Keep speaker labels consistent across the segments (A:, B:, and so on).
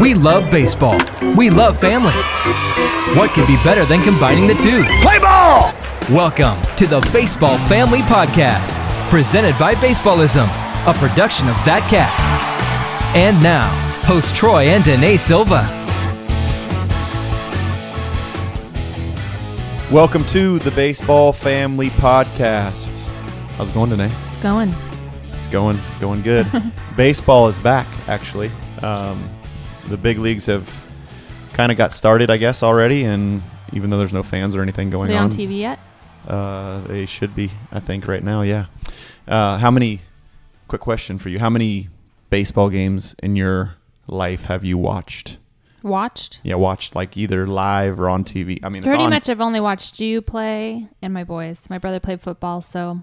A: We love baseball. We love family. What could be better than combining the two?
B: Play ball!
A: Welcome to the Baseball Family Podcast, presented by Baseballism, a production of that cast. And now, host Troy and Danae Silva.
C: Welcome to the Baseball Family Podcast. How's it going today?
D: It's going.
C: It's going going good. Baseball is back, actually. Um, the big leagues have kind of got started, I guess, already. And even though there's no fans or anything
D: Are
C: going
D: they
C: on,
D: on TV yet?
C: Uh, they should be, I think, right now. Yeah. Uh, how many? Quick question for you: How many baseball games in your life have you watched?
D: Watched.
C: Yeah, watched like either live or on TV. I mean, it's
D: Pretty
C: on,
D: much, I've only watched you play and my boys. My brother played football, so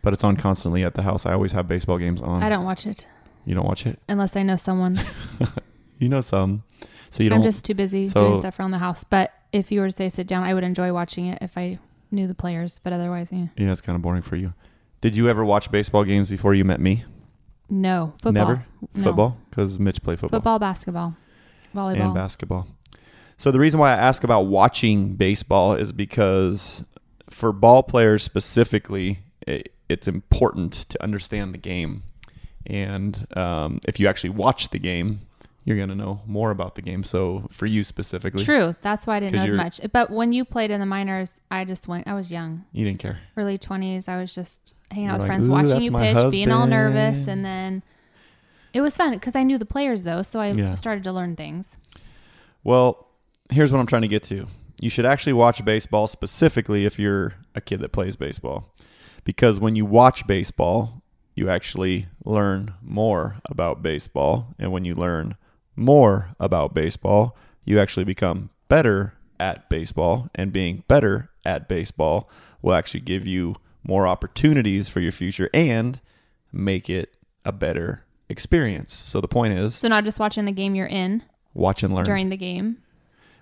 C: but it's on constantly at the house. I always have baseball games on.
D: I don't watch it
C: You don't watch it.
D: unless I know someone.
C: You know some, so you don't.
D: I'm just too busy
C: so-
D: doing stuff around the house. But if you were to say sit down, I would enjoy watching it if I knew the players. But otherwise, yeah.
C: yeah, it's kind of boring for you. Did you ever watch baseball games before you met me?
D: no football.
C: Never
D: No.
C: football because Mitch played football,
D: Football, basketball, volleyball.
C: and basketball. So the reason why I ask about watching baseball is because for ball players specifically, it, it's important to understand the game, and um, if you actually watch the game, you're gonna know more about the game. So for you specifically,
D: True. That's why I didn't
C: 'Cause
D: know as
C: you're-
D: much. But when you played in the minors, I just went. I was young.
C: you didn't care.
D: early 20s i was just hanging
C: You're
D: out with
C: like,
D: friends
C: "Ooh,
D: watching
C: that's
D: you
C: my
D: pitch being all nervous
C: husband."
D: and then it was fun because i knew the players though so i
C: Yeah.
D: started to learn things
C: Well, here's what I'm trying to get to. You should actually watch baseball specifically if you're a kid that plays baseball. Because when you watch baseball, you actually learn more about baseball. And when you learn more about baseball, you actually become better at baseball. And being better at baseball will actually give you more opportunities for your future and make it a better experience. So the point is
D: so not just watching the game you're in
C: watch and learn.
D: during the game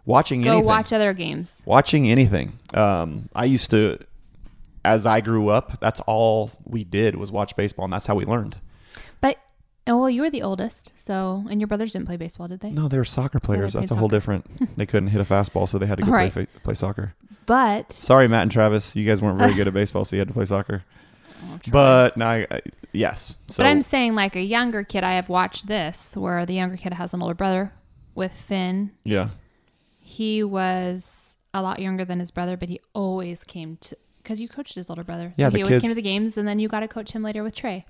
C: watching
D: go
C: anything
D: watch other games
C: watching anything um, i used to as i grew up that's all we did was watch baseball and that's how we learned
D: but and well you were the oldest so and your brothers didn't play baseball did they
C: no they were soccer players
D: played
C: that's a whole
D: soccer.
C: different they couldn't hit a fastball so they had to go
D: All right.
C: play, fa- play soccer
D: but
C: sorry matt and travis you guys weren't very good at baseball so you had to play soccer but now I, I- yes so
D: but i'm saying like a younger kid i have watched this where the younger kid has an older brother with finn
C: yeah
D: he was a lot younger than his brother, but he always came to because you coached his older brother. So
C: Yeah,
D: he
C: the
D: always
C: kids-
D: came to the games, and then you got to coach him later with Trey.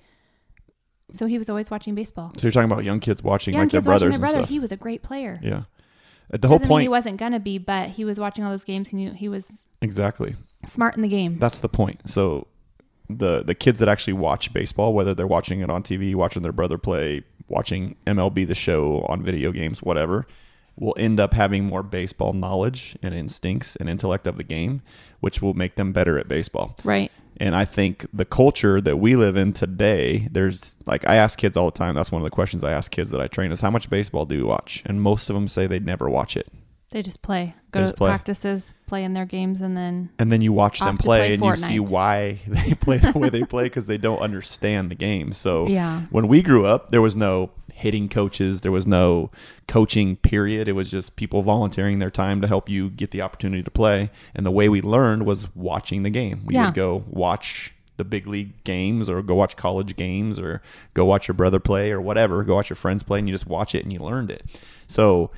D: So he was always watching baseball.
C: so you're talking about young kids watching
D: Young
C: like their
D: kids watching
C: brothers
D: their
C: and
D: brother.
C: stuff
D: He was a great player.
C: yeah Uh, the whole
D: Doesn't mean he
C: point
D: wasn't gonna be, but he was watching all those games. He knew he was
C: exactly
D: smart in the game.
C: That's the point. So the the kids that actually watch baseball, whether they're watching it on TV, watching their brother play, watching MLB the show on video games, whatever, will end up having more baseball knowledge and instincts and intellect of the game, which will make them better at baseball.
D: right.
C: And I think the culture that we live in today, there's like I ask kids all the time. That's one of the questions I ask kids that I train is how much baseball do you watch? And most of them say they'd never watch it.
D: They just play, go
C: They
D: to
C: just play.
D: practices, play in their games, and then
C: and then you watch them
D: Off to
C: play,
D: play
C: and you see
D: Fortnite.
C: why they play the way they play because they don't understand the game. So
D: Yeah.
C: when we grew up, there was no hitting coaches, there was no coaching period. It was just people volunteering their time to help you get the opportunity to play. And the way we learned was watching the game. We
D: Yeah.
C: would go watch the big league games or go watch college games or go watch your brother play or whatever, go watch your friends play and you just watch it and you learned it. So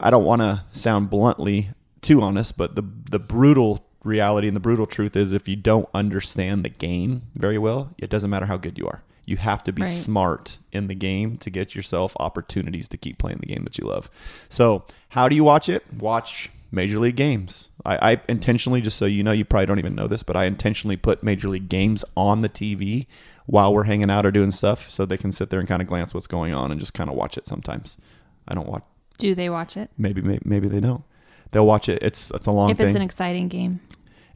C: I don't want to sound bluntly too honest, but the the brutal reality and the brutal truth is if you don't understand the game very well, it doesn't matter how good you are. You have to be
D: Right.
C: smart in the game to get yourself opportunities to keep playing the game that you love. So, how do you watch it? Watch Major League games. I, I intentionally, just so you know, you probably don't even know this, but I intentionally put Major League games on the TV while we're hanging out or doing stuff so they can sit there and kind of glance what's going on and just kind of watch it sometimes. I don't watch
D: do they watch it
C: maybe maybe, maybe they don't. They'll watch it. It's it's a long
D: if
C: thing.
D: it's an exciting game?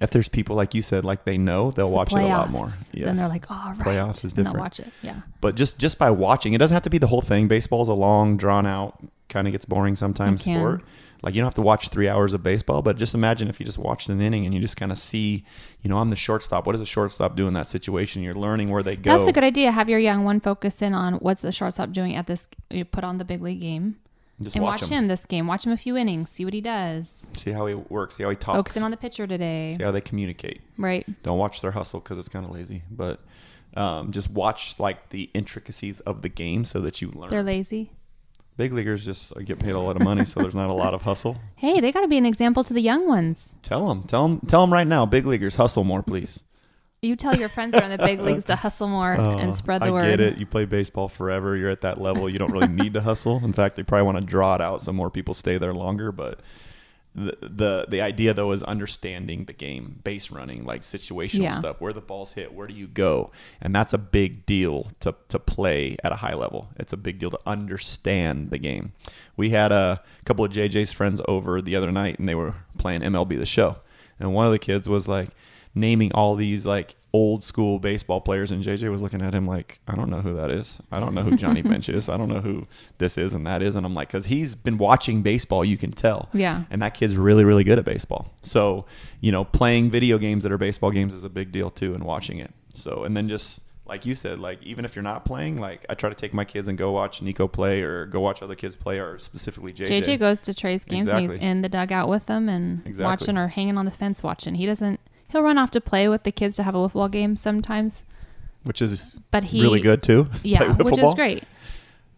C: if there's people like you said, like they know, they'll watch it a lot more.
D: Yeah. Then they're like, oh, right.
C: Playoffs is
D: and they'll
C: different.
D: watch it. Yeah.
C: but just just by watching, it doesn't have to be the whole thing. Baseball's a long, drawn out kind of gets boring sometimes.
D: can.
C: Sport, like you don't have to watch three hours of baseball, but just imagine if you just watched an inning and you just kind of see, you know, I'm the shortstop. What does a shortstop do in that situation? You're learning where they go.
D: That's a good idea. Have your young one focus in on what's the shortstop doing at this. You put on the big league game
C: just
D: and
C: watch,
D: watch
C: him.
D: him this game. Watch him a few innings. See what he does.
C: See how he works. See how he talks.
D: Focus in on the pitcher today.
C: see how they communicate.
D: Right.
C: Don't watch their hustle because it's kind of lazy, but um, just watch like the intricacies of the game so that you learn.
D: They're lazy.
C: Big leaguers just uh, get paid a lot of money, so there's not a lot of hustle.
D: Hey, they got to be an example to the young ones.
C: Tell them, tell them, tell them right now, big leaguers, hustle more, please.
D: You tell your friends that are in the big leagues to hustle more and spread the
C: Oh, I
D: word.
C: get it. You play baseball forever. You're at that level. You don't really need to hustle. In fact, they probably want to draw it out so more people stay there longer. But the the, the idea though is understanding the game, base running, like situational
D: Yeah.
C: stuff, where the balls hit, where do you go, and that's a big deal to to play at a high level. It's a big deal to understand the game. We had a couple of JJ's friends over the other night, and they were playing MLB the Show, and one of the kids was like naming all these like old school baseball players and JJ was looking at him like I don't know who that is. I don't know who Johnny Bench is. I don't know who this is and that is and I'm like cuz he's been watching baseball, you can tell.
D: Yeah.
C: And that kid's really really good at baseball. So, you know, playing video games that are baseball games is a big deal too and watching it. So, and then just like you said, like even if you're not playing, like I try to take my kids and go watch Nico play or go watch other kids play or specifically JJ.
D: JJ goes to Trey's games and he's
C: Exactly.
D: in the dugout with them and
C: Exactly.
D: watching or hanging on the fence watching. He doesn't. He'll run off to play with the kids to have a wiffle ball game sometimes,
C: which is
D: but he
C: really good too. Play
D: Yeah,
C: wiffle
D: which is
C: ball.
D: great.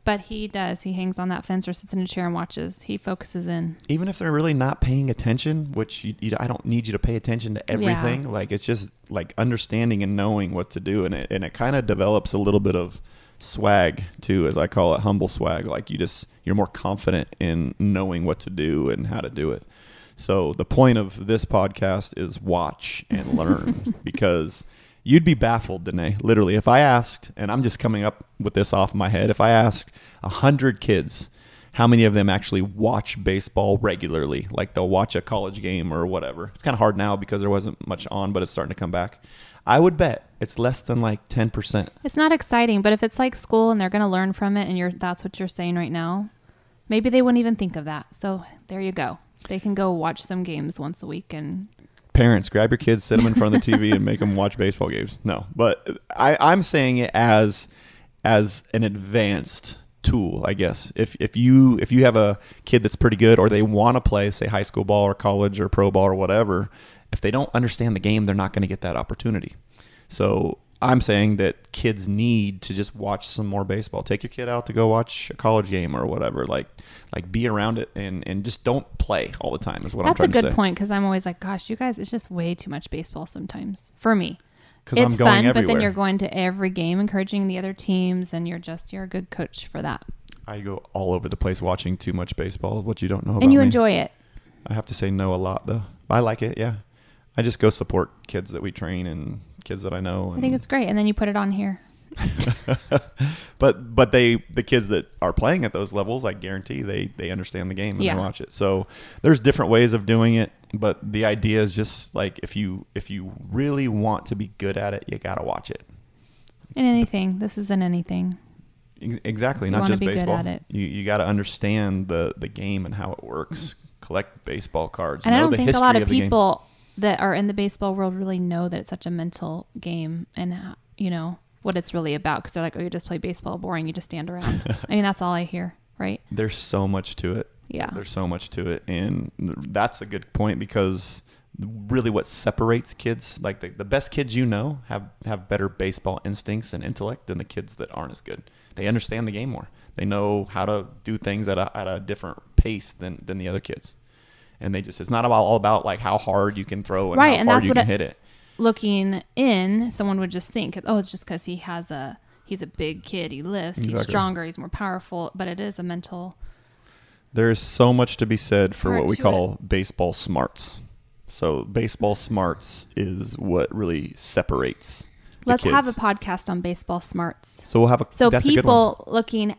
D: But he does. He hangs on that fence or sits in a chair and watches. He focuses in.
C: even if they're really not paying attention, which you, you, I don't need you to pay attention to everything. Like it's just like understanding and knowing what to do, and it and it kind of develops a little bit of swag too, as I call it, humble swag. Like you just you're more confident in knowing what to do and how to do it. So the point of this podcast is watch and learn because you'd be baffled, Danae. Literally, if I asked, and I'm just coming up with this off my head, if I asked a hundred kids how many of them actually watch baseball regularly like they'll watch a college game or whatever it's kind of hard now because there wasn't much on but it's starting to come back i would bet it's less than like 10%
D: It's not exciting, but if it's like school and they're going to learn from it, and you're that's what you're saying right now, maybe they wouldn't even think of that. So there you go. They can go watch some games once a week and
C: parents grab your kids sit them in front of the tv and make them watch baseball games no but I, i'm saying it as as an advanced tool i guess if, if you if you have a kid that's pretty good or they want to play say high school ball or college or pro ball or whatever if they don't understand the game they're not going to get that opportunity so i'm saying that kids need to just watch some more baseball take your kid out to go watch a college game or whatever like like be around it and and just don't play all the time is what
D: That's a
C: i'm trying to say
D: good point because I'm always like, gosh, you guys, it's just way too much baseball sometimes for me.
C: 'Cause
D: It's
C: I'm going
D: fun, but then
C: everywhere.
D: you're going to every game, encouraging the other teams, and you're just you're a good coach for that,
C: I go all over the place watching too much baseball. What you don't know about
D: and you
C: me.
D: enjoy it.
C: I have to say no a lot though. I like it. Yeah, I just go support kids that we train and kids that I know. And,
D: I think it's great, and then you put it on here.
C: but but they the kids that are playing at those levels, I guarantee they they understand the game and
D: Yeah.
C: they watch it. So there's different ways of doing it, but the idea is just like if you if you really want to be good at it, you gotta watch it.
D: In anything, this isn't anything.
C: Ex- Exactly,
D: You
C: not
D: wanna
C: just
D: be good
C: baseball.
D: at it.
C: You you got to understand the the game and how it works. Collect baseball cards.
D: And I
C: know
D: don't
C: the
D: think a lot
C: history
D: of
C: the game.
D: people that are in the baseball world really know that it's such a mental game, and uh, you know what it's really about because they're like, oh, you just play baseball, boring. You just stand around. I mean, that's all I hear, right?
C: there's so much to it.
D: Yeah.
C: There's so much to it. And that's a good point because really what separates kids, like the, the best kids you know, have, have better baseball instincts and intellect than the kids that aren't as good. They understand the game more, they know how to do things at a, at a different pace than, than the other kids. And they just, it's not about, all about like how hard you can throw and
D: Right,
C: how
D: and
C: far
D: that's
C: you
D: what
C: can
D: I-
C: hit it.
D: looking in, someone would just think, oh, it's just because he has a he's a big kid, he lifts, he's
C: Exactly.
D: stronger, he's more powerful. But it is a mental.
C: There is so much to be said for
D: Part
C: what we
D: to
C: call baseball smarts. So baseball smarts is what really separates. the
D: Let's have a
C: kids.
D: podcast on baseball smarts.
C: So we'll have a.
D: So
C: that's a good one.
D: people looking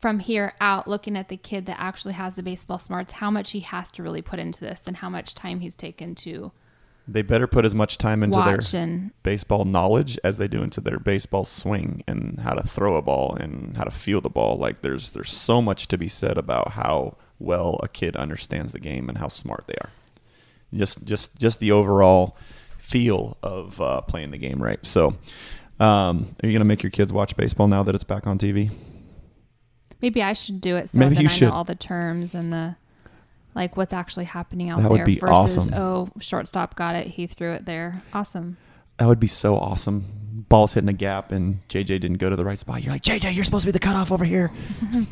D: from here out, looking at the kid that actually has the baseball smarts, how much he has to really put into this, and how much time he's taken to
C: They better put as much time into
D: watch
C: their
D: and
C: baseball knowledge as they do into their baseball swing and how to throw a ball and how to field a ball. Like there's there's so much to be said about how well a kid understands the game and how smart they are. Just just just the overall feel of uh, playing the game right. So, um, are you gonna make your kids watch baseball now that it's back on TV?
D: maybe I should do it so
C: Maybe
D: that
C: you
D: I
C: should.
D: know all the terms and the like what's actually happening out
C: That would
D: there
C: be
D: versus
C: awesome.
D: oh shortstop got it he threw it there awesome
C: That would be so awesome. Ball's hitting a gap and JJ didn't go to the right spot. You're like JJ, you're supposed to be the cutoff over here.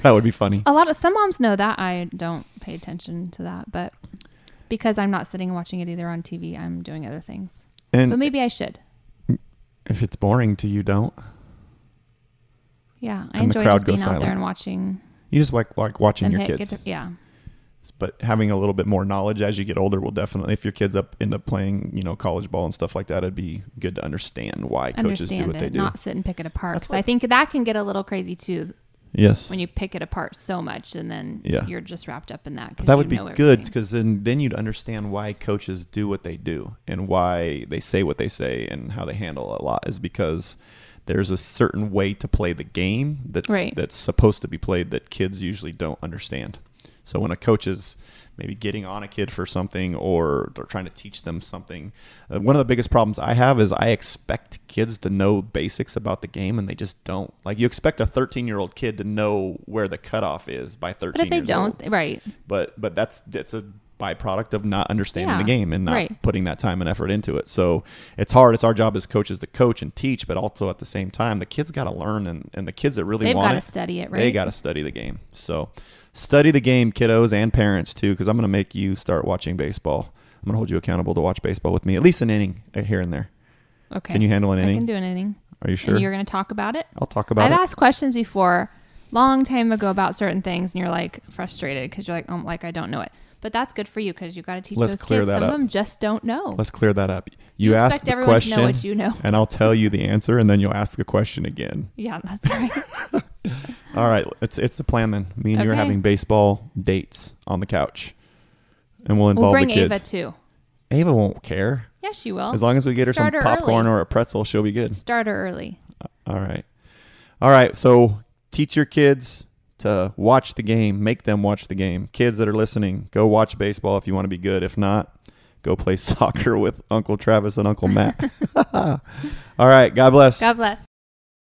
C: that would be funny.
D: a lot of some moms know that I don't pay attention to that but because I'm not sitting and watching it either on TV I'm doing other things but
C: And
D: maybe I should
C: if it's boring to you, don't.
D: yeah I
C: And the
D: enjoy
C: crowd
D: just being
C: goes
D: out there
C: silent.
D: and watching
C: You just like like watching
D: them
C: your
D: hit
C: kids.
D: guitar- yeah
C: but having a little bit more knowledge as you get older will definitely if your kids up end up playing you know college ball and stuff like that it'd be good to understand why coaches do
D: understand
C: what
D: it
C: they do
D: not sit and pick it apart
C: That's
D: 'Cause
C: what-
D: I think that can get a little crazy too
C: yes
D: when you pick it apart so much and then
C: Yeah.
D: you're just wrapped up in that. 'cause
C: that
D: you
C: would be
D: know
C: good
D: everything.
C: because then then you'd understand why coaches do what they do and why they say what they say and how they handle a lot is because there's a certain way to play the game that's
D: Right.
C: that's supposed to be played that kids usually don't understand. So when a coach is maybe getting on a kid for something or they're trying to teach them something, uh, one of the biggest problems I have is I expect kids to know basics about the game and they just don't. Like you expect a 13 year old kid to know where the cutoff is by 13.
D: But if they
C: years old
D: don't, right?
C: but but that's that's a byproduct of not understanding the
D: Yeah,
C: game and not
D: right.
C: putting that time and effort into it. So it's hard. It's our job as coaches to coach and teach, but also at the same time, the kids got to learn and, and the kids that really
D: They've
C: want
D: gotta
C: it,
D: study it,
C: They
D: right?
C: got to study the game. So study the game, kiddos and parents too, because I'm going to make you start watching baseball. I'm going to hold you accountable to watch baseball with me, at least an inning uh, here and there.
D: Okay.
C: Can you handle an
D: I can
C: inning?
D: do an inning.
C: Are you sure?
D: And you're going to talk about it.
C: I'll talk about
D: I've
C: it.
D: asked questions before, long time ago, about certain things, and you're like frustrated because you're like, oh, like I don't know it. But that's good for you because you got to teach
C: Let's
D: those
C: clear
D: kids.
C: that
D: Some
C: up.
D: of them just don't know.
C: Let's clear that up. You,
D: You
C: ask
D: expect
C: the
D: everyone to
C: question,
D: know what you know.
C: and I'll tell you the answer, and then you'll ask the question again.
D: yeah, that's right.
C: All right, it's it's the plan then. Me and you're
D: Okay.
C: having baseball dates on the couch, and we'll involve
D: we'll bring
C: the kids.
D: Ava too.
C: Ava won't care
D: Yes, she will.
C: as long as we get her some
D: Start her
C: popcorn
D: early.
C: or a pretzel. She'll be good.
D: Start her early.
C: All right, all right. So teach your kids to watch the game. Make them watch the game. Kids that are listening, go watch baseball if you want to be good. If not, go play soccer with Uncle Travis and Uncle Matt. all right. God bless.
D: God bless.